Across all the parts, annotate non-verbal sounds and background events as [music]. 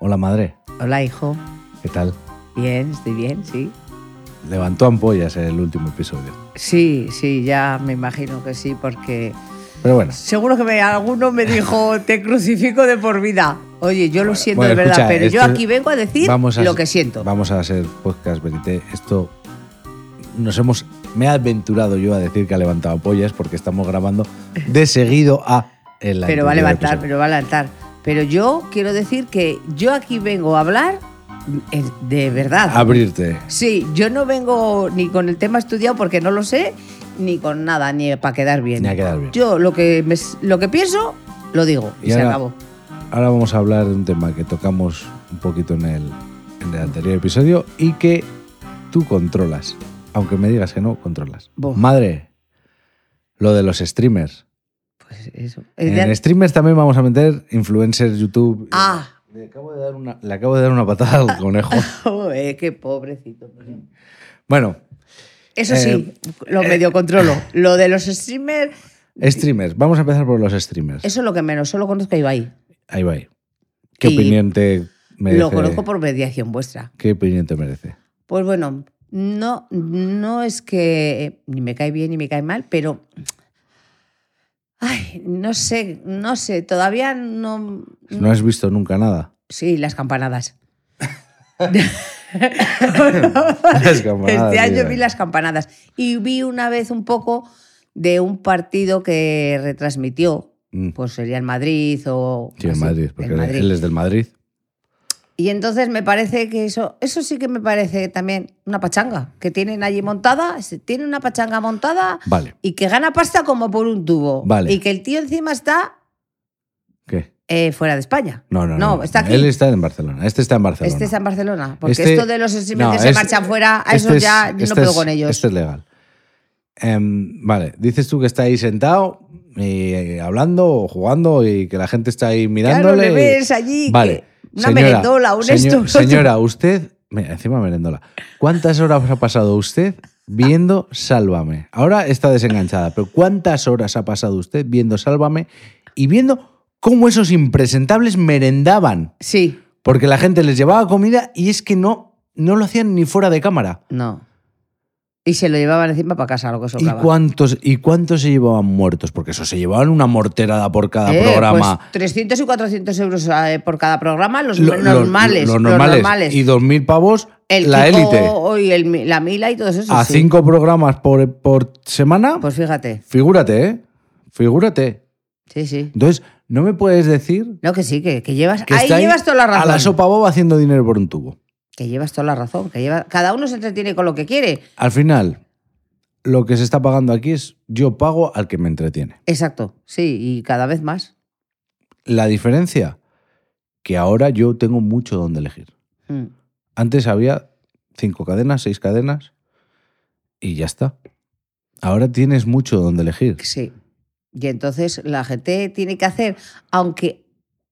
Hola madre, Hola, hijo. ¿qué tal? Bien, estoy bien, sí. Levantó ampollas el último episodio. Sí, sí, ya me imagino que sí, porque Pero bueno, seguro que me- alguno me [laughs] dijo, te crucifico de por vida. Oye, yo lo siento bueno, de verdad, escucha, pero yo esto- aquí vengo a decir vamos a lo que siento. Vamos a hacer podcast, Benite. Esto nos hemos. Me he aventurado yo a decir que ha levantado ampollas porque estamos grabando de seguido a. el pero va a anterior levantar, episodio. pero va a levantar. Pero yo quiero decir que yo aquí vengo a hablar eh, de verdad. Abrirte. Sí, yo no vengo ni con el tema estudiado porque no lo sé, ni con nada, ni para quedar bien. Ni a quedar bien. Yo lo que, me s- lo que pienso, lo digo y, Y se ahora- acabó. Ahora vamos a hablar de un tema que tocamos un poquito en el, en el anterior episodio y que tú controlas. Aunque me digas que no, controlas. Buah. Madre, lo de los streamers. Pues eso. Es de- Eh, En streamers también vamos a meter influencers, YouTube. Ah, Le acabo de dar una, le acabo de dar una patada al [laughs] conejo. joder, eh, qué pobrecito. Bueno, Eso Eh, sí, lo [laughs] medio controlo. Lo de los streamers, streamers. Vamos a empezar por los streamers. eso es lo que menos, solo conozco a Ibai. Ahí va. ahí. ¿Qué Y opinión te merece? Lo conozco por mediación vuestra. ¿Qué opinión te merece? Pues bueno, no, no es que eh, ni me cae bien ni me cae mal, pero. Ay, no sé, no sé, todavía no. No has visto nunca nada. Sí, las [laughs] campanadas. Las campanadas, este año mira. vi las campanadas. Y vi una vez un poco de un partido que retransmitió. Mm. Pues sería el Madrid o. Sí, en así, Madrid, el porque Madrid. él es del Madrid. Y entonces me parece que eso, eso sí que me parece también una pachanga que tienen allí montada, se tiene una pachanga montada Vale. y que gana pasta como por un tubo. Vale. Y que el tío encima está ¿Qué? eh, fuera de España. No, no, no. No, está aquí. Él está en Barcelona. Este está en Barcelona. Este está en Barcelona. Porque Este- esto de los streamers no, que se es- marchan fuera, Ah, a Este eso es- ya yo este no puedo es- con ellos. Este es legal. Em, vale, dices tú que está ahí sentado y eh, hablando o jugando y que la gente está ahí claro, mirándole. le y- ves allí. que Vale. una merendola, un señor- esto, [laughs] un otro. Señora, usted. Mira, encima merendola. ¿Cuántas horas ha pasado usted viendo Sálvame? Ahora está desenganchada, pero ¿cuántas horas ha pasado usted viendo Sálvame y viendo cómo esos impresentables merendaban? Sí, Porque la gente les llevaba comida y es que no, no lo hacían ni fuera de cámara. no. Y se lo llevaban encima para casa, lo que ¿Y sobraba. cuántos, ¿Y cuántos se llevaban muertos? Porque eso se llevaban una morterada por cada Eh, programa. pues 300 y 400 euros eh, por cada programa, pues, los Lo- lo- normales. los los normales. normales. Y dos mil pavos, el la Kiko élite. y el mi- la Mila y todo eso. a sí. cinco programas por, por semana, Pues fíjate. figúrate, ¿eh? Figúrate. Sí, sí. Entonces, no me puedes decir No, que sí, que, que llevas. que ahí está llevas toda la razón. a la sopa boba haciendo dinero por un tubo. Que llevas toda la razón. Que lleva, cada uno se entretiene con lo que quiere. Al final, lo que se está pagando aquí es yo pago al que me entretiene. Exacto. Sí, y cada vez más. La diferencia, que ahora yo tengo mucho donde elegir. Mm. Antes había cinco cadenas, seis cadenas y ya está. Ahora tienes mucho donde elegir. Sí. Y entonces la gente tiene que hacer, aunque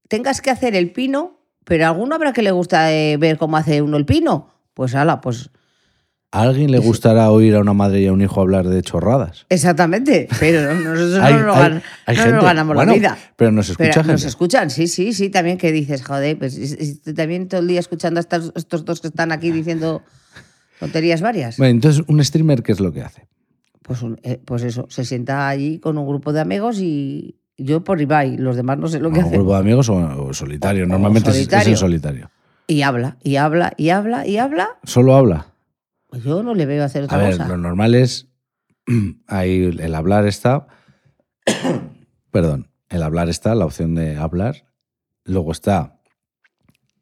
tengas que hacer el pino, pero a alguno habrá que le gusta eh, ver cómo hace uno el pino. Pues ala, pues ¿A alguien le gustará oír a una madre y a un hijo hablar de chorradas? exactamente. [laughs] Pero no- nosotros Hay- no, nos, hay- gan- hay no nos gente- ganamos bueno, la vida. Pero nos escucha Pero gente. nos escuchan, sí, sí, sí, también que dices, joder, pues es- es- también todo el día escuchando a estos, estos dos que están aquí diciendo tonterías varias. Bueno, entonces, ¿un streamer qué es lo que hace? Pues, un- eh, pues eso, se sienta allí con un grupo de amigos y yo por Ibai, los demás no sé lo que ¿Un hacen. grupo de amigos o, o solitario? O- o Normalmente es- es solitario. en solitario. Y habla, y habla, y habla, y habla. ¿Solo habla? Pues yo no le veo hacer A otra ver, cosa. lo normal es... [clears throat] Ahí el hablar está... [clears throat] perdón. El hablar está, la opción de hablar. Luego está...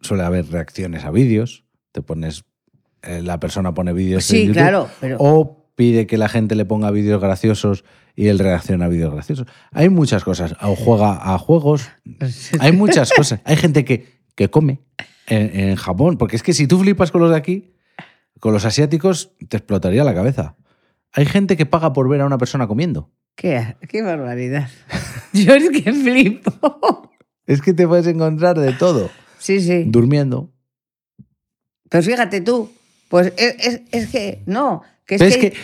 Suele haber reacciones a vídeos. Te pones... eh, la persona pone vídeos en sí, YouTube. claro, pero o pide que la gente le ponga vídeos graciosos y él reacciona a vídeos graciosos. Hay muchas cosas. O juega a juegos. Hay muchas cosas. Hay gente que, que come en, en Japón. Porque es que si tú flipas con los de aquí, con los asiáticos, te explotaría la cabeza. Hay gente que paga por ver a una persona comiendo. [laughs] qué, qué barbaridad. [laughs] Yo es que flipo. [laughs] Es que te puedes encontrar de todo. Sí, sí. Durmiendo. Pues fíjate tú, pues es, es- es que no, que es, Pero es que, que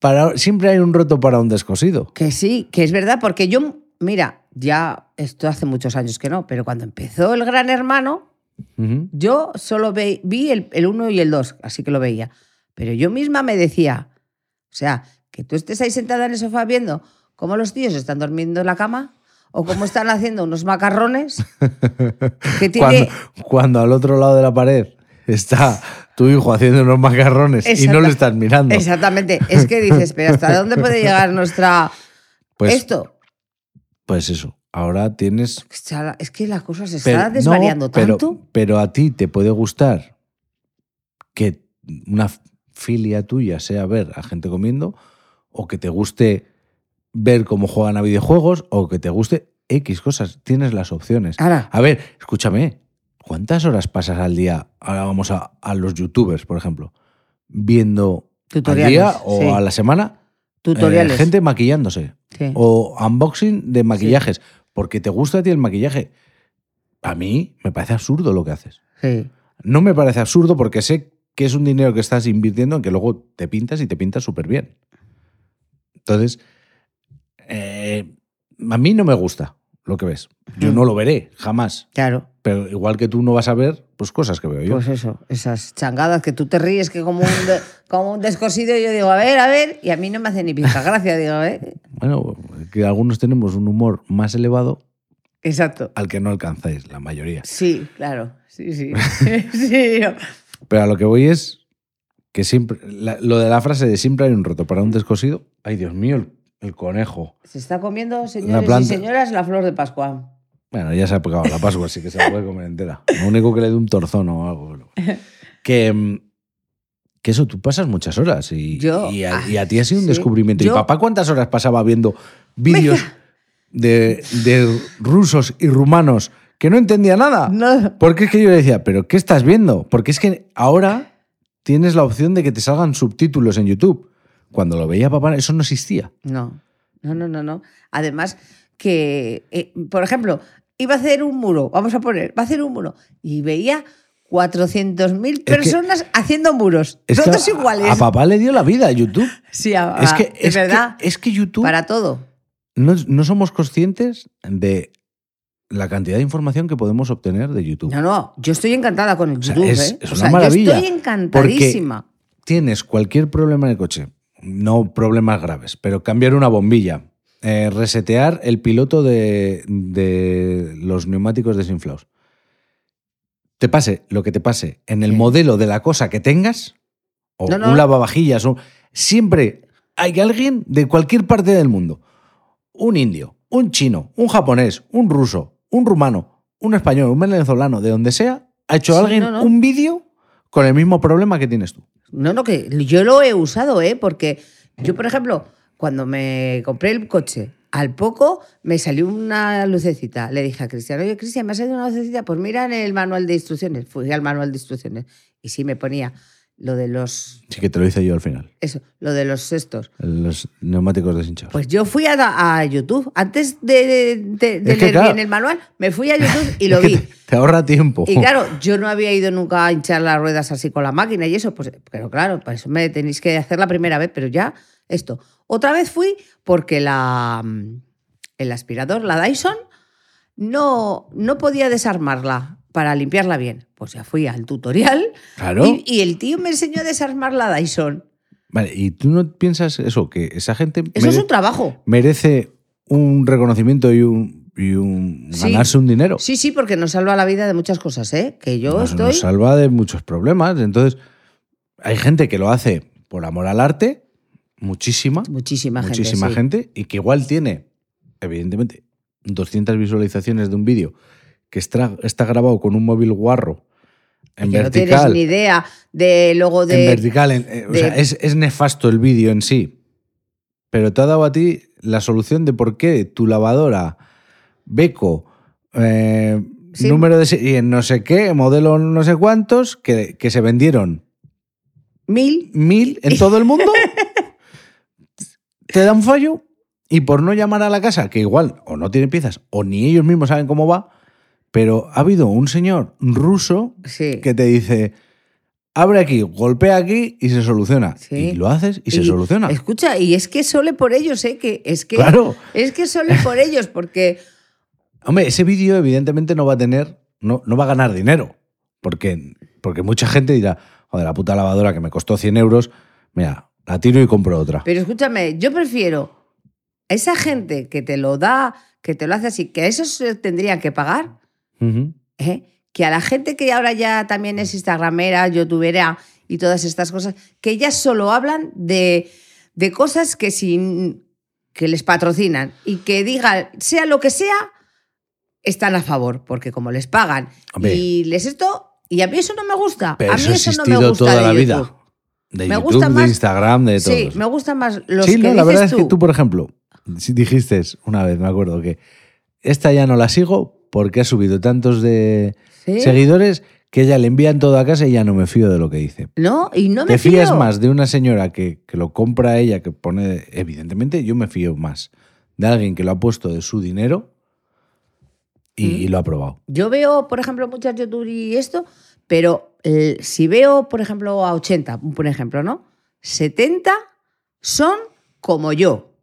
para, siempre hay un roto para un descosido. que sí, que es verdad, porque yo, mira, ya esto hace muchos años que no, pero cuando empezó el Gran Hermano, Ujú. Yo solo ve- vi el, el uno y el dos, así que lo veía. Pero yo misma me decía, o sea, que tú estés ahí sentada en el sofá viendo cómo los tíos están durmiendo en la cama o cómo están haciendo unos macarrones [laughs] que tiene... Cuando, cuando al otro lado de la pared está tu hijo haciendo unos macarrones y no lo Exacta- estás mirando. Exactamente, es que dices, pero ¿hasta dónde puede llegar nuestra... Pues, Esto, pues eso. Ahora tienes. O sea, es que las cosas se pero- están no, desvariando pero- tanto. Pero, a ti te puede gustar que una f- filia tuya sea ver a gente comiendo, o que te guste ver cómo juegan a videojuegos, o que te guste X cosas. Tienes las opciones. Ahora, A ver, escúchame, ¿cuántas horas pasas al día? Ahora vamos a, a los youtubers, por ejemplo, viendo Tutoriales, al día o sí. a la semana eh, tutoriales. gente maquillándose Sí. o unboxing de maquillajes, porque te gusta a ti el maquillaje. A mí me parece absurdo lo que haces. Sí. No me parece absurdo porque sé que es un dinero que estás invirtiendo en que luego te pintas y te pintas súper bien. Entonces, eh, a mí no me gusta lo que ves. Yo Mm. no lo veré, jamás. Claro, Pero igual que tú no vas a ver, pues cosas que veo yo. pues eso, esas changadas que tú te ríes, que como un, [laughs] de- como un descosido, yo digo, a ver, a ver, y a mí no me hace ni pinta gracia, digo, ¿eh? bueno, que algunos tenemos un humor más elevado Exacto. al que no alcanzáis, la mayoría. Sí, claro, [laughs] sí, sí. sí yo- Pero a lo que voy es que siempre. la- lo de la frase de siempre hay un roto para un descosido. Ay, Dios mío, el, el conejo. Se está comiendo, señores y planta- señoras, la flor de Pascua. Bueno, ya se ha pegado la Pascua, así que se la puede comer entera. Lo único que le dé un torzón o algo. pero bueno. [laughs] Que. mm, Que eso, tú pasas muchas horas y, Yo, y, ah, a, y a ti ha sido un sí. descubrimiento. Yo- ¿Y papá cuántas horas pasaba viendo vídeos de, de rusos y rumanos que no entendía nada? No, Porque es que yo le decía, ¿pero qué estás viendo? Porque es que ahora tienes la opción de que te salgan subtítulos en YouTube. Cuando lo veía papá, eso no existía. No, no, no, no, no. Además que, eh, por ejemplo, iba a hacer un muro, vamos a poner, va a hacer un muro, y veía 400.000 que- personas haciendo muros, Es que todos a- iguales. A, papá le dio la vida a YouTube. sí, a- es a- que, de es que- Ah, verdad, es que YouTube para todo. no, no somos conscientes de la cantidad de información que podemos obtener de YouTube. No, no, yo estoy encantada con el sea, YouTube, es- ¿eh? es O una sea, maravilla, Yo estoy encantadísima. Tienes cualquier problema en el coche, no problemas graves, pero cambiar una bombilla, eh, resetear el piloto de, de los neumáticos desinflados. Te pase lo que te pase en el Sí. modelo de la cosa que tengas, o No, no. un lavavajillas, o- siempre hay alguien de cualquier parte del mundo. Un indio, un chino, un japonés, un ruso, un rumano, un español, un venezolano, de donde sea, ha hecho Sí, alguien no, no. un vídeo con el mismo problema que tienes tú. No, no, que yo lo he usado, ¿eh? Porque yo, por ejemplo, cuando me compré el coche, al poco me salió una lucecita. Le dije a Cristian, oye, Cristian, me ha salido una lucecita, pues mira en el manual de instrucciones. Fui al manual de instrucciones y sí me ponía lo de los, Sí que te lo hice yo al final. eso, lo de los estos. Los neumáticos deshinchados. Pues yo fui a, a YouTube. Antes de, de- de- de Es que, leer claro. bien el manual, me fui a YouTube [laughs] y Es lo que vi. Te, te ahorra tiempo. Y claro, yo no había ido nunca a hinchar las ruedas así con la máquina y eso, pues, pero claro, para eso me tenéis que hacer la primera vez, pero ya esto. Otra vez fui porque la, mm, el aspirador, la Dyson, no, no podía desarmarla para limpiarla bien. Pues ya fui al tutorial [laughs] Claro. y, y el tío me enseñó a desarmar la Dyson. Vale, y tú no piensas eso, que esa gente Eso es mere- un trabajo. merece un reconocimiento y un, y un Sí. ganarse un dinero. Sí, sí, porque nos salva la vida de muchas cosas, ¿eh? Que yo Nos- estoy... Nos salva de muchos problemas. Entonces, hay gente que lo hace por amor al arte, muchísima, Muchísima, muchísima gente. sí. gente, y que igual tiene, evidentemente, 200 visualizaciones de un vídeo que está, está grabado con un móvil guarro en Que No vertical. tienes ni idea de luego de... en vertical. en- eh, o de- sea, es, es nefasto el vídeo en sí. Pero te ha dado a ti la solución de por qué tu lavadora, Beco, eh, Sí. número de serie, no sé qué, modelo no sé cuántos, que, que se vendieron Mil mil en todo el [laughs] mundo, te da un fallo y por no llamar a la casa, que igual o no tiene piezas o ni ellos mismos saben cómo va, pero ha habido un señor ruso Sí. que te dice, abre aquí, golpea aquí y se soluciona. Sí. Y lo haces y, se Y, soluciona. Escucha, y es que sole por ellos, ¿eh? Que es que Claro. es que [laughs] sole por ellos, porque Hombre, ese vídeo evidentemente no va a tener, no, no va a ganar dinero. Porque, porque mucha gente dirá, joder, la puta lavadora que me costó 100 euros, mira, la tiro y compro otra. Pero escúchame, yo prefiero a esa gente que te lo da, que te lo hace así, que a esos se tendrían que pagar, Ujú. ¿eh? que a la gente que ahora ya también es instagramera, youtubera y todas estas cosas, que ya solo hablan de, de cosas que sin que les patrocinan y que digan, sea lo que sea, están a favor, porque como les pagan Hombre. y les esto, y a mí eso no me gusta, Pero a mí eso ha eso no me existido gusta toda de la vida. YouTube. De Me YouTube, gusta de más- Instagram, de todo. Sí, eso. me gustan más los Sí, que no, la dices verdad es que tú, por ejemplo, si dijiste una vez, me acuerdo, que esta ya no la sigo porque ha subido tantos de Sí. seguidores que ya le envían todo a casa y ya no me fío de lo que dice. No, y no me ¿Te fías fío. más de una señora que, que lo compra ella, que pone, evidentemente, yo me fío más de alguien que lo ha puesto de su dinero y, Mm. y lo ha probado? Yo veo, por ejemplo, muchas YouTube y esto, pero eh, si veo, por ejemplo, a 80, un por ejemplo, ¿no? 70 son como yo.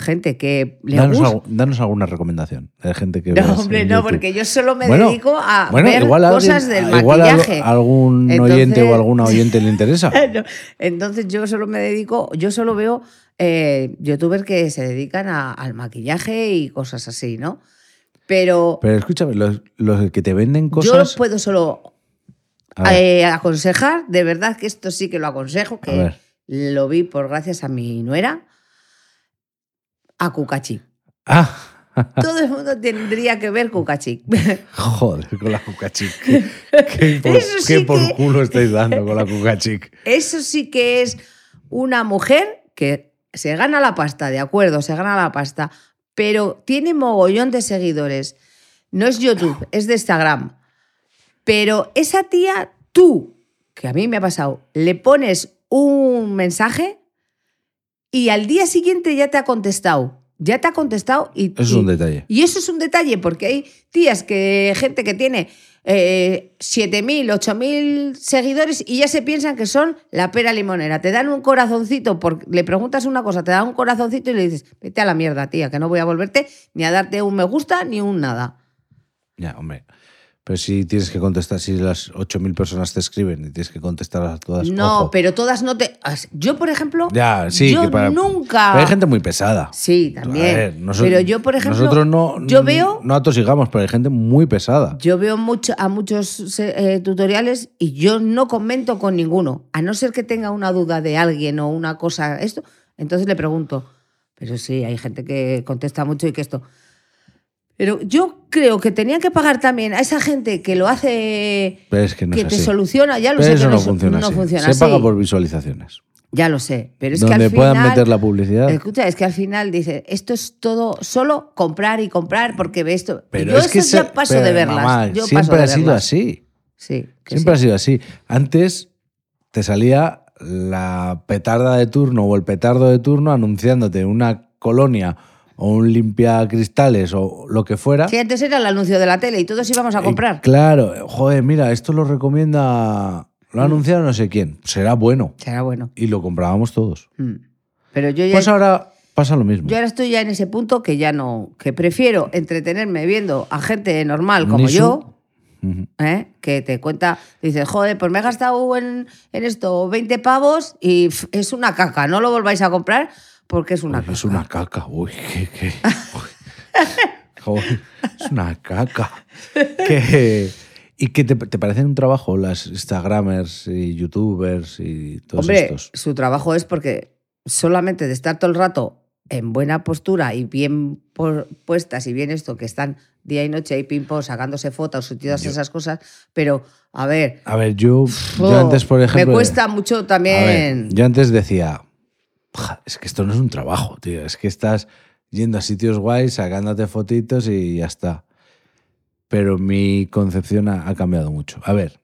Gente que le Danos, gusta. algu- danos alguna recomendación de gente que No, veas hombre, en no, YouTube. porque yo solo me Bueno, dedico a Bueno, ver igual a alguien- cosas del igual a maquillaje. al- algún oyente o Entonces- alguna oyente le [laughs] interesa. No, Entonces yo solo me dedico, yo solo veo eh, youtubers que se dedican a- al maquillaje y cosas así, ¿no? Pero, Pero escúchame, los, los que te venden yo cosas. puedo solo A ver, eh, aconsejar, de verdad que esto sí que lo aconsejo, A que ver. lo vi por gracias a mi nuera, a Cucachi. Ah, Todo el mundo tendría que ver Cucachi. [laughs] joder, con la cucachic. ¿Qué, qué por, Eso sí qué por que- culo estáis dando con la [laughs] cucachic? Eso sí que es una mujer que se gana la pasta, de acuerdo, se gana la pasta, pero tiene mogollón de seguidores. No es YouTube, es de Instagram. Pero esa tía, tú, que a mí me ha pasado, le pones un mensaje y al día siguiente ya te ha contestado. Ya te ha contestado y... Eso es un y- detalle. y eso es un detalle, porque hay tías que, gente que tiene eh, 7.000, 8.000 seguidores y ya se piensan que son la pera limonera. Te dan un corazoncito, por- le preguntas una cosa, te dan un corazoncito y le dices, vete a la mierda, tía, que no voy a volverte ni a darte un me gusta ni un nada. Ya, hombre. Pero si tienes que contestar, si las 8.000 personas te escriben y tienes que contestar a todas. no, ojo. pero todas no te... as- Yo, por ejemplo, Ya, sí, yo que para- nunca... Pero hay gente muy pesada. Sí, también. A ver, noso- pero yo, por ejemplo, Nosotros no. yo veo No atosigamos, pero hay gente muy pesada. Yo veo mucho, a muchos eh, tutoriales y yo no comento con ninguno, a no ser que tenga una duda de alguien o una cosa, esto. Entonces le pregunto, pero sí, hay gente que contesta mucho y que esto. Pero yo creo que tenían que pagar también a esa gente que lo hace, Pero es que no que es te así. soluciona, ya lo Pero sé eso que no, no, su- funciona, no así. funciona Se así. paga por visualizaciones. Ya lo sé, pero es que donde al puedan final, meter la publicidad. Escucha, es que al final dice, esto es todo solo comprar y comprar porque ve esto. Y Pero yo es que eso ya se- paso pero, de verlas. mamá, yo paso siempre de ha sido verlas. así. Sí, que Siempre ha sí. sido así. Antes te salía la petarda de turno o el petardo de turno anunciándote una colonia o un limpia cristales o lo que fuera. Sí, antes era el anuncio de la tele y todos íbamos a Eh, comprar. claro, joder, mira, esto lo recomienda, lo ha Mm. anunciado no sé quién. Será bueno. Será bueno. Y lo comprábamos todos. Mm. Pero yo ya, Pues ahora pasa lo mismo. yo ahora estoy ya en ese punto que ya no, que prefiero entretenerme viendo a gente normal como Ni su- yo, Ujú. ¿eh? que te cuenta, dices, joder, pues me he gastado en, en esto 20 pavos y pf, es una caca, no lo volváis a comprar porque es una Uy, caca. Es una caca, uy, qué, qué. uy, joder, es una caca. Que- ¿Y qué te, te parecen un trabajo las Instagramers y YouTubers y todos Hombre, estos? su trabajo es porque solamente de estar todo el rato en buena postura y bien por- puestas y bien esto, que están día y noche ahí ping-pong sacándose fotos y todas esas cosas, pero a ver, A ver, yo, yo jo, antes, por ejemplo. me cuesta mucho a ver, también. yo antes decía, "Ja, es que esto no es un trabajo, tío. Es que estás yendo a sitios guays, sacándote fotitos y ya está. Pero mi concepción ha, ha cambiado mucho. A ver,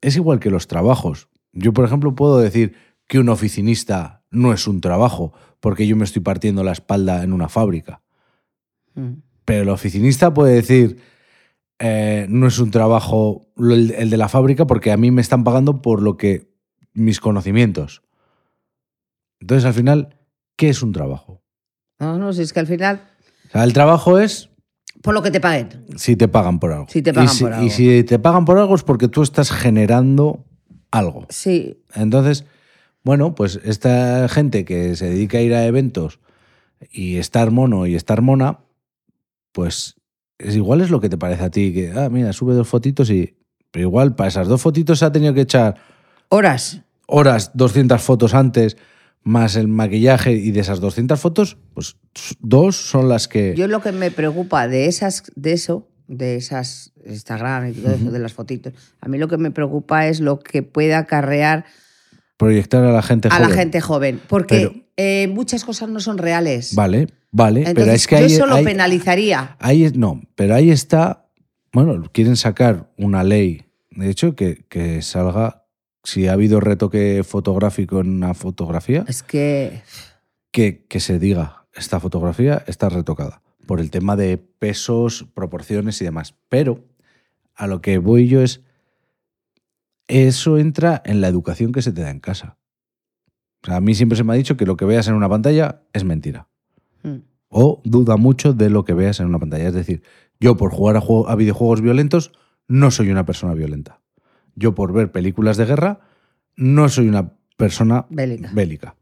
es igual que los trabajos. Yo, por ejemplo, puedo decir que un oficinista no es un trabajo, porque yo me estoy partiendo la espalda en una fábrica. Mm. Pero el oficinista puede decir, eh, no es un trabajo lo- el, el de la fábrica porque a mí me están pagando por lo que mis conocimientos. Entonces, al final, ¿qué es un trabajo? No, no, si es que al final, O sea, el trabajo es Por lo que te paguen. Si te pagan por algo. Si te pagan y si, por algo. Y si te pagan por algo es porque tú estás generando algo. Sí. Entonces, bueno, pues esta gente que se dedica a ir a eventos y estar mono y estar mona, pues es igual es lo que te parece a ti, que, ah, mira, sube dos fotitos y... Pero igual, para esas dos fotitos se ha tenido que echar Horas. horas, 200 fotos antes, más el maquillaje, y de esas 200 fotos, pues dos son las que... Yo lo que me preocupa de esas, de eso, de esas Instagram y todo eso, de las fotitos, a mí lo que me preocupa es lo que pueda acarrear proyectar a la gente a la joven. gente joven. Porque Pero- eh, muchas cosas no son reales. Vale, vale, pero Entonces, es que yo ahí, solo ahí- penalizaría. ahí es- no, pero ahí está, bueno, quieren sacar una ley, de hecho, que, que salga, si ha habido retoque fotográfico en una fotografía, Es que. que, que se diga, esta fotografía está retocada, por el tema de pesos, proporciones y demás. Pero a lo que voy yo es, eso entra en la educación que se te da en casa. O sea, a mí siempre se me ha dicho que lo que veas en una pantalla es mentira mm, o duda mucho de lo que veas en una pantalla. Es decir, yo por jugar a, juego- a videojuegos violentos no soy una persona violenta. Yo por ver películas de guerra no soy una persona Bélica.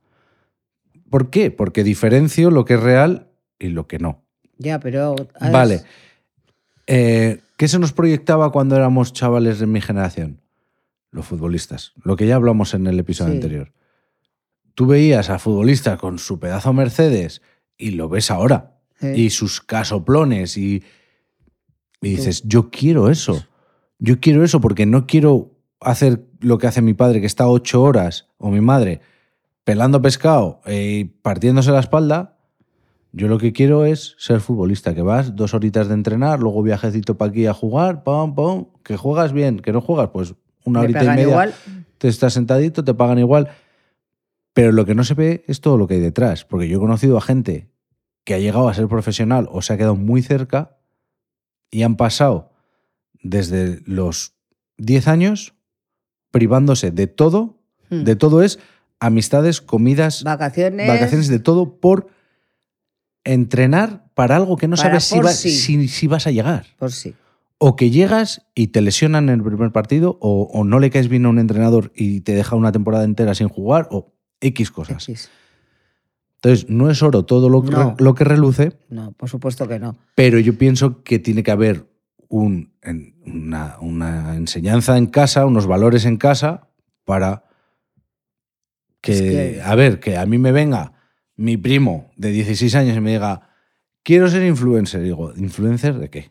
¿Por qué? Porque diferencio lo que es real y lo que no. Ya, pero. a ver, Vale. Eh, ¿Qué se nos proyectaba cuando éramos chavales de mi generación? Los futbolistas. Lo que ya hablamos en el episodio Sí. anterior. Tú veías a futbolistas con su pedazo Mercedes y lo ves ahora. Sí. Y sus casoplones y, y dices, yo quiero eso. Yo quiero eso porque no quiero hacer lo que hace mi padre, que está ocho horas, o mi madre, pelando pescado eh, y partiéndose la espalda. Yo lo que quiero es ser futbolista, que vas dos horitas de entrenar, luego viajecito para aquí a jugar, pam, pam, que juegas bien, que no juegas, pues una me horita y pagan media. igual. Te estás sentadito, te pagan igual. Pero lo que no se ve es todo lo que hay detrás, porque yo he conocido a gente que ha llegado a ser profesional o se ha quedado muy cerca y han pasado desde los 10 años privándose de todo, mm, de todo es amistades, comidas, Vacaciones. vacaciones de todo por entrenar para algo que no Para sabes si, por va- sí. si- si vas a llegar. Por sí. O que llegas y te lesionan en el primer partido, o, o no le caes bien a un entrenador y te deja una temporada entera sin jugar, o X cosas. X. Entonces, no es oro todo lo, que- No. lo que reluce, No, por supuesto que no. pero yo pienso que tiene que haber un- en- una, una enseñanza en casa, unos valores en casa, para que, Es que- a ver, que a mí me venga mi primo de 16 años y me diga, quiero ser influencer. Digo, ¿influencer de qué?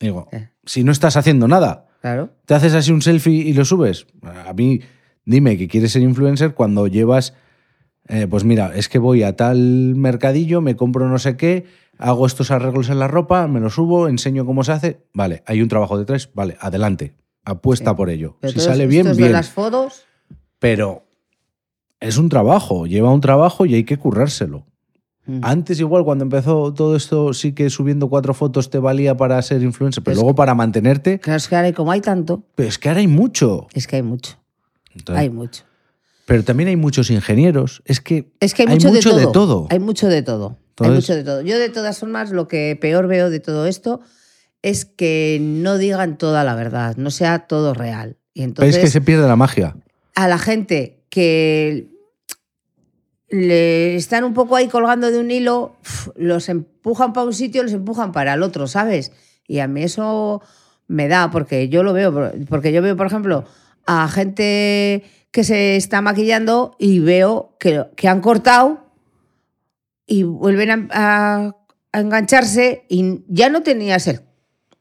Digo, Eh. si no estás haciendo nada, Claro. te haces así un selfie y lo subes. A mí, dime que quieres ser influencer cuando llevas, eh, pues mira, es que voy a tal mercadillo, me compro no sé qué, hago estos arreglos en la ropa, me lo subo, enseño cómo se hace. Vale, hay un trabajo detrás, vale, adelante, apuesta Sí. por ello. Pero si todos sale bien, estos bien. de las fotos. Pero es un trabajo, lleva un trabajo y hay que currárselo. mm, Antes igual, cuando empezó todo esto, sí que subiendo cuatro fotos te valía para ser influencer, pero Es- luego para mantenerte, Claro, es que ahora, como hay tanto, pero es que ahora hay mucho. es que hay mucho. Entonces, Hay mucho. Pero también hay muchos ingenieros. Es que, Es que hay mucho, de, todo. Hay Hay, mucho de todo. Entonces- Hay mucho de todo. Yo de todas formas lo que peor veo de todo esto es que no digan toda la verdad, no sea todo real. Y entonces es que se pierde la magia. a la gente que le están un poco ahí colgando de un hilo, uf, los empujan para un sitio, los empujan para el otro, ¿sabes? Y a mí eso me da, porque yo lo veo, porque yo veo, por ejemplo, a gente que se está maquillando y veo que, que han cortado y vuelven a, a- a engancharse y ya no tenías el,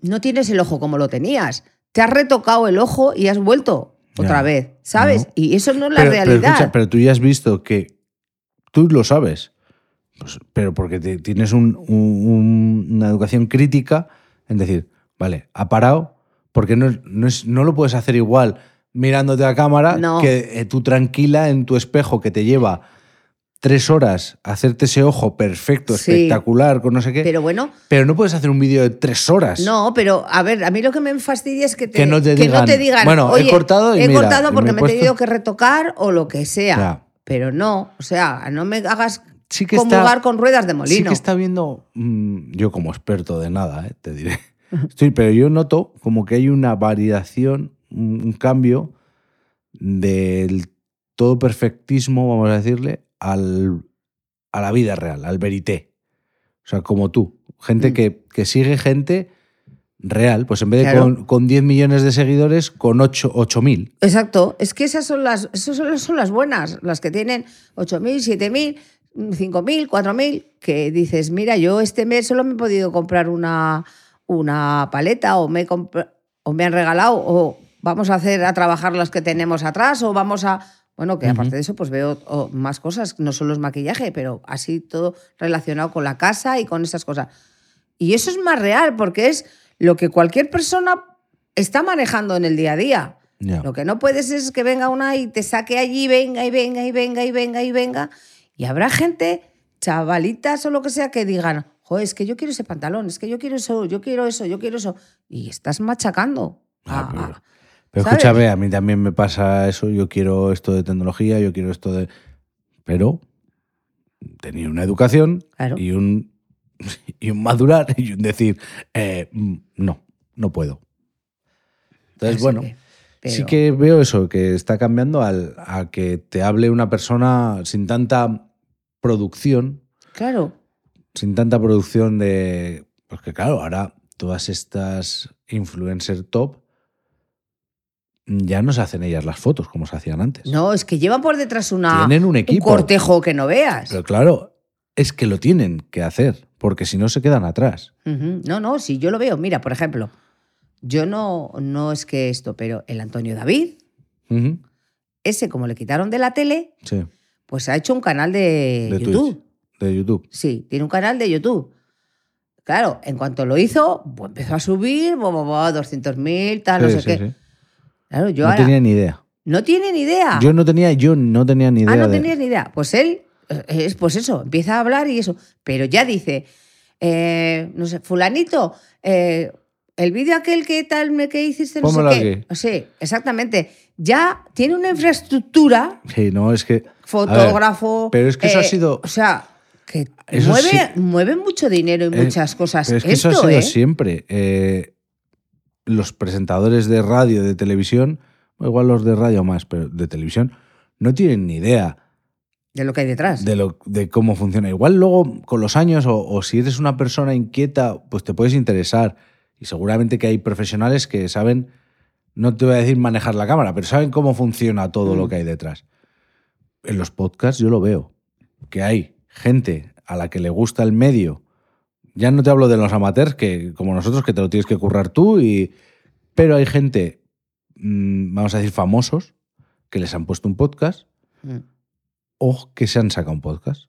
no tienes el ojo como lo tenías. Te has retocado el ojo y has vuelto Ya. otra vez, ¿sabes? No. Y eso no es la pero, pero realidad. escucha, pero tú ya has visto que tú lo sabes. Pues, pero porque te- tienes un- un- un- una educación crítica en decir, vale, ha parado, porque no, es- no es- no lo puedes hacer igual mirándote a cámara No. que eh, tú tranquila en tu espejo que te lleva tres horas hacerte ese ojo perfecto, Sí. espectacular, con no sé qué. Pero, Pero bueno, no puedes hacer un vídeo de tres horas. no, pero a ver, a mí lo que me fastidia es que te, Que no te digan, digan, "Bueno, he "Oye, cortado y he mira, cortado me porque he me, he puesto-". tenido que retocar o lo que sea. Ya. Pero no, o sea, no me hagas sí que está, conjugar con ruedas de molino. sí que está viendo, mm, yo como experto de nada, eh, te [laughs] diré. Estoy, pero yo noto como que hay una variación, un un cambio del todo perfectismo, vamos a decirle, al, a la vida real, al verité. O sea, como tú. Gente Mm. que, que sigue gente real, pues en vez de Claro. con, con 10 millones de seguidores, con 8, 8 mil. Exacto, es que esas son las, esas son, son las buenas, las que tienen 8.000, 7.000, 5.000, 4.000, que dices, mira, yo este mes solo me he podido comprar una, una paleta o me, he compra- o me han regalado o vamos a hacer a trabajar las que tenemos atrás o vamos a... Bueno, que Ujú. aparte de eso, pues veo oh, más cosas, no solo es maquillaje, pero así todo relacionado con la casa y con esas cosas. Y eso es más real porque es lo que cualquier persona está manejando en el día a día. Ya. Lo que no puedes es que venga una y te saque allí, venga y venga y venga y venga y venga. Y habrá gente, chavalitas o lo que sea, que digan, joder, es que yo quiero ese pantalón, es que yo quiero eso, yo quiero eso, yo quiero eso. Y estás machacando. Ah, Ah, pero- ah. Pero ¿Sabes? escúchame, a mí también me pasa eso. Yo quiero esto de tecnología, yo quiero esto de. Pero tenía una educación Claro. y un y un madurar y un decir eh, mm, no, no puedo. Entonces, Así bueno, que, sí pero- que veo eso, que está cambiando al, a que te hable una persona sin tanta producción, Claro, sin tanta producción de. Pues que claro, ahora todas estas influencer top ya no se hacen ellas las fotos como se hacían antes. no, es que llevan por detrás una, Tienen un un equipo. cortejo que no veas. Pero claro, es que lo tienen que hacer, porque si no se quedan atrás. Ujú. No, no, si yo lo veo. Mira, por ejemplo, yo no, no es que esto, pero el Antonio David, Ujú, ese como le quitaron de la tele, Sí, pues ha hecho un canal de, De Twitch. YouTube. de YouTube. Sí, tiene un canal de YouTube. Claro, en cuanto lo hizo, pues empezó a subir, 200.000, tal, Ah, no Sí, sé sí, qué. sí. Claro, yo No ahora. tenía ni idea. No tiene ni idea. Yo no tenía, yo no tenía ni idea. ah, no de- tenías ni idea. Pues él, eh, es pues eso, empieza a hablar y eso. Pero ya dice, eh, no sé, Fulanito, eh, el vídeo aquel que tal me que hiciste, no Pónmelo sé qué. aquí. Sí, exactamente. Ya tiene una infraestructura, Sí, no, es que. fotógrafo. eh, pero es que eso ha sido- O sea, que Eso mueve, sí- mueve mucho dinero y Eh, muchas cosas. Pero es que Esto, eso ha sido ¿eh? siempre. Eh, los presentadores de radio, de televisión, o igual los de radio más, pero de televisión, no tienen ni idea De lo que hay detrás. de, lo, de cómo funciona. Igual luego, con los años, o, o si eres una persona inquieta, pues te puedes interesar. Y seguramente que hay profesionales que saben, no te voy a decir manejar la cámara, pero saben cómo funciona todo Mm. lo que hay detrás. En los podcasts yo lo veo, que hay gente a la que le gusta el medio. Ya no te hablo de los amateurs, que como nosotros, que te lo tienes que currar tú, y... pero hay gente, mm, vamos a decir, famosos, que les han puesto un podcast Mm. o que se han sacado un podcast.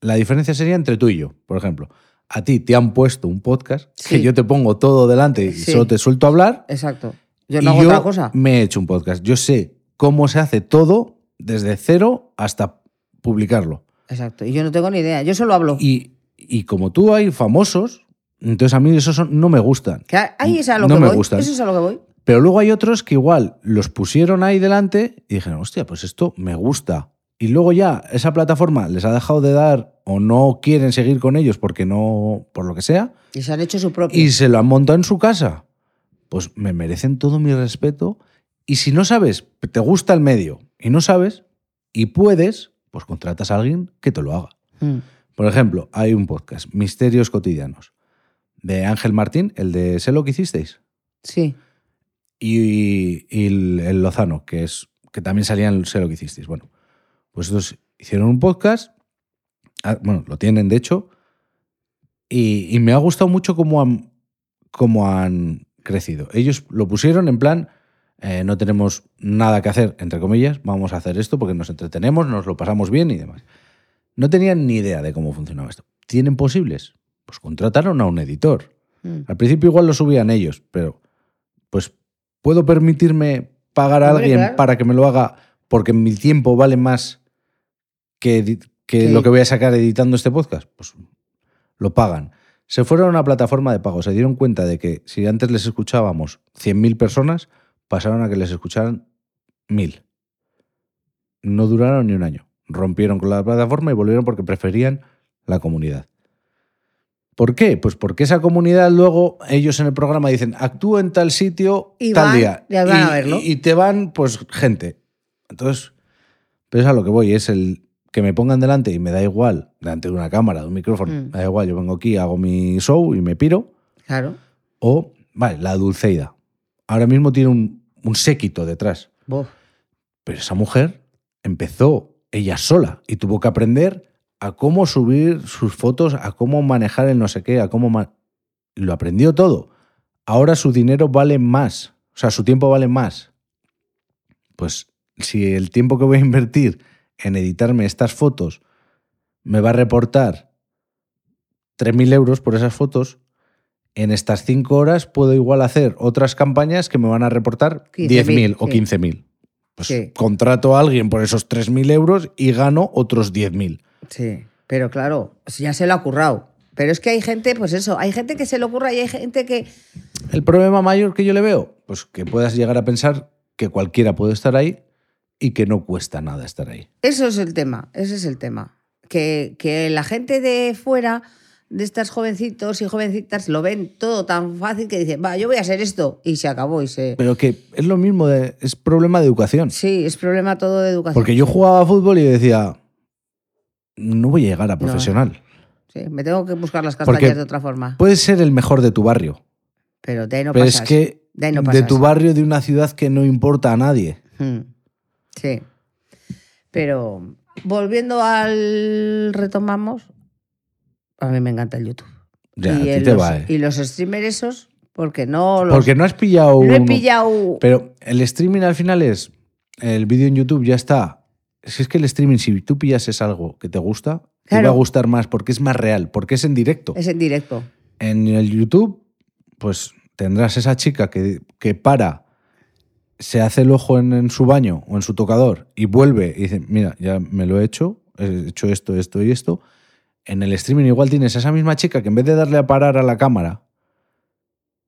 La diferencia sería entre tú y yo, por ejemplo. A ti te han puesto un podcast que Sí. yo te pongo todo delante y Sí. solo te suelto a hablar. Exacto. Yo y no hago otra cosa. me he hecho un podcast. Yo sé cómo se hace todo desde cero hasta publicarlo. Exacto. Y yo no tengo ni idea. Yo solo hablo. Y, y como tú hay famosos, entonces a mí esos son- no me gustan. Que ahí es a lo no que me voy. gustan. Eso es a lo que voy. Pero luego hay otros que igual los pusieron ahí delante y dijeron, hostia, pues esto me gusta. Y luego ya esa plataforma les ha dejado de dar o no quieren seguir con ellos porque no, por lo que sea, Y se han hecho su propio. y se lo han montado en su casa. Pues me merecen todo mi respeto. Y si no sabes, te gusta el medio y no sabes, y puedes, pues contratas a alguien que te lo haga. Mm. Por ejemplo, hay un podcast, Misterios Cotidianos, de Ángel Martín, el de Sé lo que hicisteis Sí. y, y el, el Lozano, que es que también salían en Sé lo que hicisteis. Bueno, pues estos hicieron un podcast, ah, bueno, lo tienen de hecho, y, y me ha gustado mucho cómo han, cómo han crecido. Ellos lo pusieron en plan, eh, no tenemos nada que hacer, entre comillas, vamos a hacer esto porque nos entretenemos, nos lo pasamos bien y demás. No tenían ni idea de cómo funcionaba esto. ¿Tienen posibles? Pues contrataron a un editor. Mm. Al principio igual lo subían ellos, pero pues puedo permitirme pagar a Hombre, alguien claro. para que me lo haga porque mi tiempo vale más que, edi- que Que- lo que voy a sacar editando este podcast. Pues lo pagan. Se fueron a una plataforma de pago, se dieron cuenta de que si antes les escuchábamos 100.000 personas, pasaron a que les escucharan 1.000. No duraron ni un año. rompieron con la plataforma y volvieron porque preferían la comunidad. ¿Por qué? Pues porque esa comunidad luego ellos en el programa dicen actúa en tal sitio Y tal van, día ya van a verlo. y te van pues gente. Entonces, pero es a lo que voy, es el que me pongan delante y me da igual, delante de una cámara, de un micrófono, Mm. me da igual, yo vengo aquí, hago mi show y me piro. Claro. O, vale, la Dulceida. Ahora mismo tiene un, un séquito detrás. Bof. Pero esa mujer empezó ella sola y tuvo que aprender a cómo subir sus fotos, a cómo manejar el no sé qué, a cómo... ma- Lo aprendió todo. Ahora su dinero vale más. O sea, su tiempo vale más. Pues si el tiempo que voy a invertir en editarme estas fotos me va a reportar 3.000 euros por esas fotos, en estas 5 horas puedo igual hacer otras campañas que me van a reportar 10.000 15.000, o sí. 15.000. Pues Sí. contrato a alguien por esos 3.000 euros y gano otros 10.000. Sí, pero claro, o sea, ya se lo ha currado. Pero es que hay gente, pues eso, hay gente que se lo curra y hay gente que. El problema mayor que yo le veo, pues que puedas llegar a pensar que cualquiera puede estar ahí y que no cuesta nada estar ahí. Eso es el tema, ese es el tema. Que, que la gente de fuera, de estas jovencitos y jovencitas, lo ven todo tan fácil que dicen, va, yo voy a hacer esto. Y se acabó y se. Pero que es lo mismo, de- es problema de educación. Sí, es problema todo de educación. Porque yo jugaba a fútbol y decía, no voy a llegar a profesional. Sí, me tengo que buscar las Porque- castañas de otra forma. Puedes ser el mejor de tu barrio, Pero de ahí no pero pasas. es que de ahí no de pasas. tu barrio de una ciudad que no importa a nadie. Mm, Sí. Pero volviendo al retomamos, a mí me encanta el YouTube. Ya, a ti el- te los, va, ¿eh? y los streamers esos, porque no los Porque no has pillado... no he un- pillado. Pero el streaming al final es, el vídeo en YouTube ya está. Si es que el streaming, si tú pillas es algo que te gusta, te Claro. va a gustar más porque es más real, porque es en directo. Es en directo. en el YouTube, pues tendrás esa chica que, que para, se hace el ojo en, en su baño o en su tocador y vuelve y dice, mira, ya me lo he hecho, he hecho esto, esto y esto. En el streaming igual tienes a esa misma chica que en vez de darle a parar a la cámara,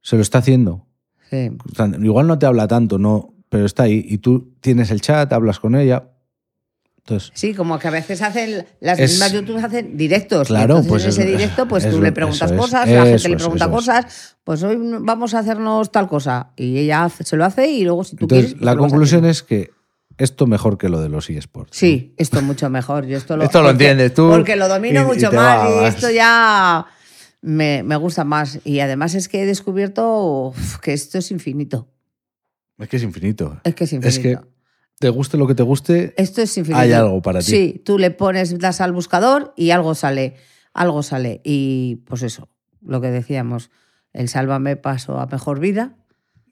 se lo está haciendo. Sí. O sea, igual no te habla tanto, no, pero está ahí y tú tienes el chat, hablas con ella. Entonces, Sí, como que a veces hacen, las Es- mismas youtubers hacen directos. y Claro, entonces pues en ese es- directo, pues es tú lo- le preguntas eso es, cosas, la gente eso le es, pregunta eso es. cosas, pues hoy vamos a hacernos tal cosa. Y ella hace- se lo hace y luego si tú entonces quieres. pues la conclusión es que esto mejor que lo de los eSports. Sí, esto es mucho mejor. Yo esto lo, Esto lo entiendes tú Porque lo domino y- y mucho te más va, y vas. esto ya me, me gusta más. Y además es que he descubierto uf, que esto es infinito. Es que es infinito. Es que es Es infinito. que te guste lo que te guste, Esto es infinito. Hay algo para ti. Sí, tú le pones, das al buscador y algo sale. Algo sale. Y pues eso, lo que decíamos, el sálvame pasó a mejor vida.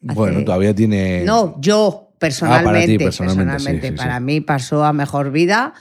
hace- bueno, todavía tiene... No, yo personalmente. Ah, personalmente, personalmente, sí, sí, para sí. mí pasó a mejor vida.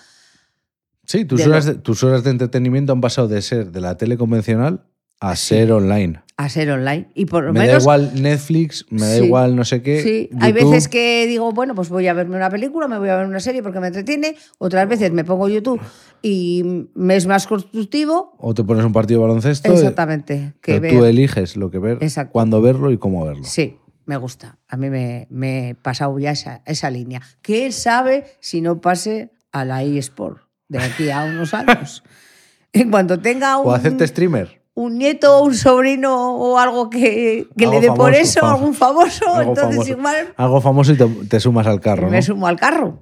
Sí, tus de lo- horas, de, tus horas de entretenimiento han pasado de ser de la tele convencional a ser online. A ser online. Y por lo Me da menos igual Netflix, me da Sí. igual no sé qué. Sí, hay YouTube. veces que digo, bueno, pues voy a verme una película, me voy a ver una serie porque me entretiene. Otras veces me pongo YouTube y me es más constructivo. O te pones un partido de baloncesto. Exactamente. Que pero tú ver. eliges lo que ver, Exacto. cuándo verlo y cómo verlo. Sí, me gusta. A mí me, me he pasado ya esa, esa línea. ¿Qué sabe si no pase a la eSport de aquí [laughs] a unos años? en cuanto tenga un, O hacerte este [laughs] streamer. un nieto, un sobrino o algo que, que Algo le dé por famoso, eso, fam- algún famoso, Algo entonces famoso. igual Algo famoso y te, te sumas al carro, me ¿no? sumo al carro.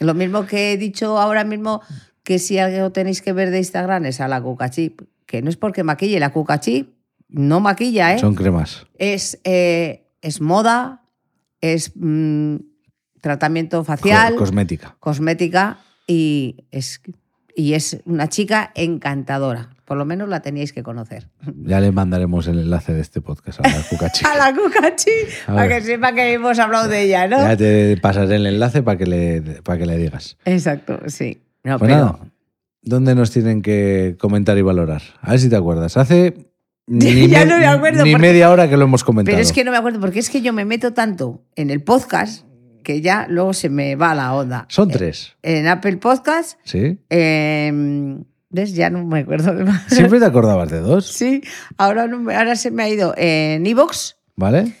Lo mismo que he dicho ahora mismo que si algo tenéis que ver de Instagram es a la Cuca Chip, que no es porque maquille, la Cuca Chip no maquilla, ¿eh? Son cremas. Es, eh, es moda, es mm, tratamiento facial, Co- Cosmética. cosmética y es, y es una chica encantadora. Por lo menos la teníais que conocer. Ya le mandaremos el enlace de este podcast a la Cuca Chica. [laughs] A la Cuca Chip, A para ver. que sepa que hemos hablado de ella, ¿no? Ya te pasaré el enlace para que le, para que le digas. Exacto, sí. No, Pues pero- nada, ¿dónde nos tienen que comentar y valorar? A ver si te acuerdas. [laughs] Hace ni, Ya me- no me acuerdo ni porque- media hora que lo hemos comentado. Pero es que no me acuerdo, porque es que yo me meto tanto en el podcast que ya luego se me va la onda. Son tres, En Apple Podcast, [laughs] ¿sí? em, ¿ves? Ya no me acuerdo de más. Siempre te acordabas de dos, Sí, ahora, no me- ahora se me ha ido en eh, Evox ¿vale?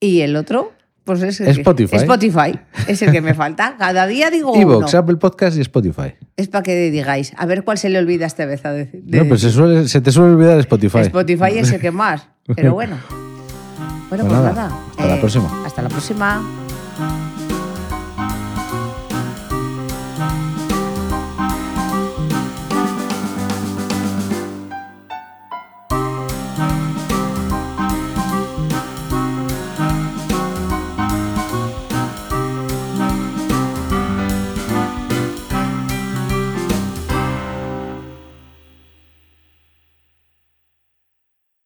y el otro, pues es el Spotify. Que, Spotify es el que me [laughs] falta. Cada día digo uno. Evox, Apple Podcast y Spotify. Es para que digáis, a ver cuál se le olvida esta vez a decir. No, pues se, suele- se te suele olvidar Spotify. Spotify es el [laughs] que más. Pero bueno. Bueno, pues, nada, nada. hasta la próxima. Hasta la próxima.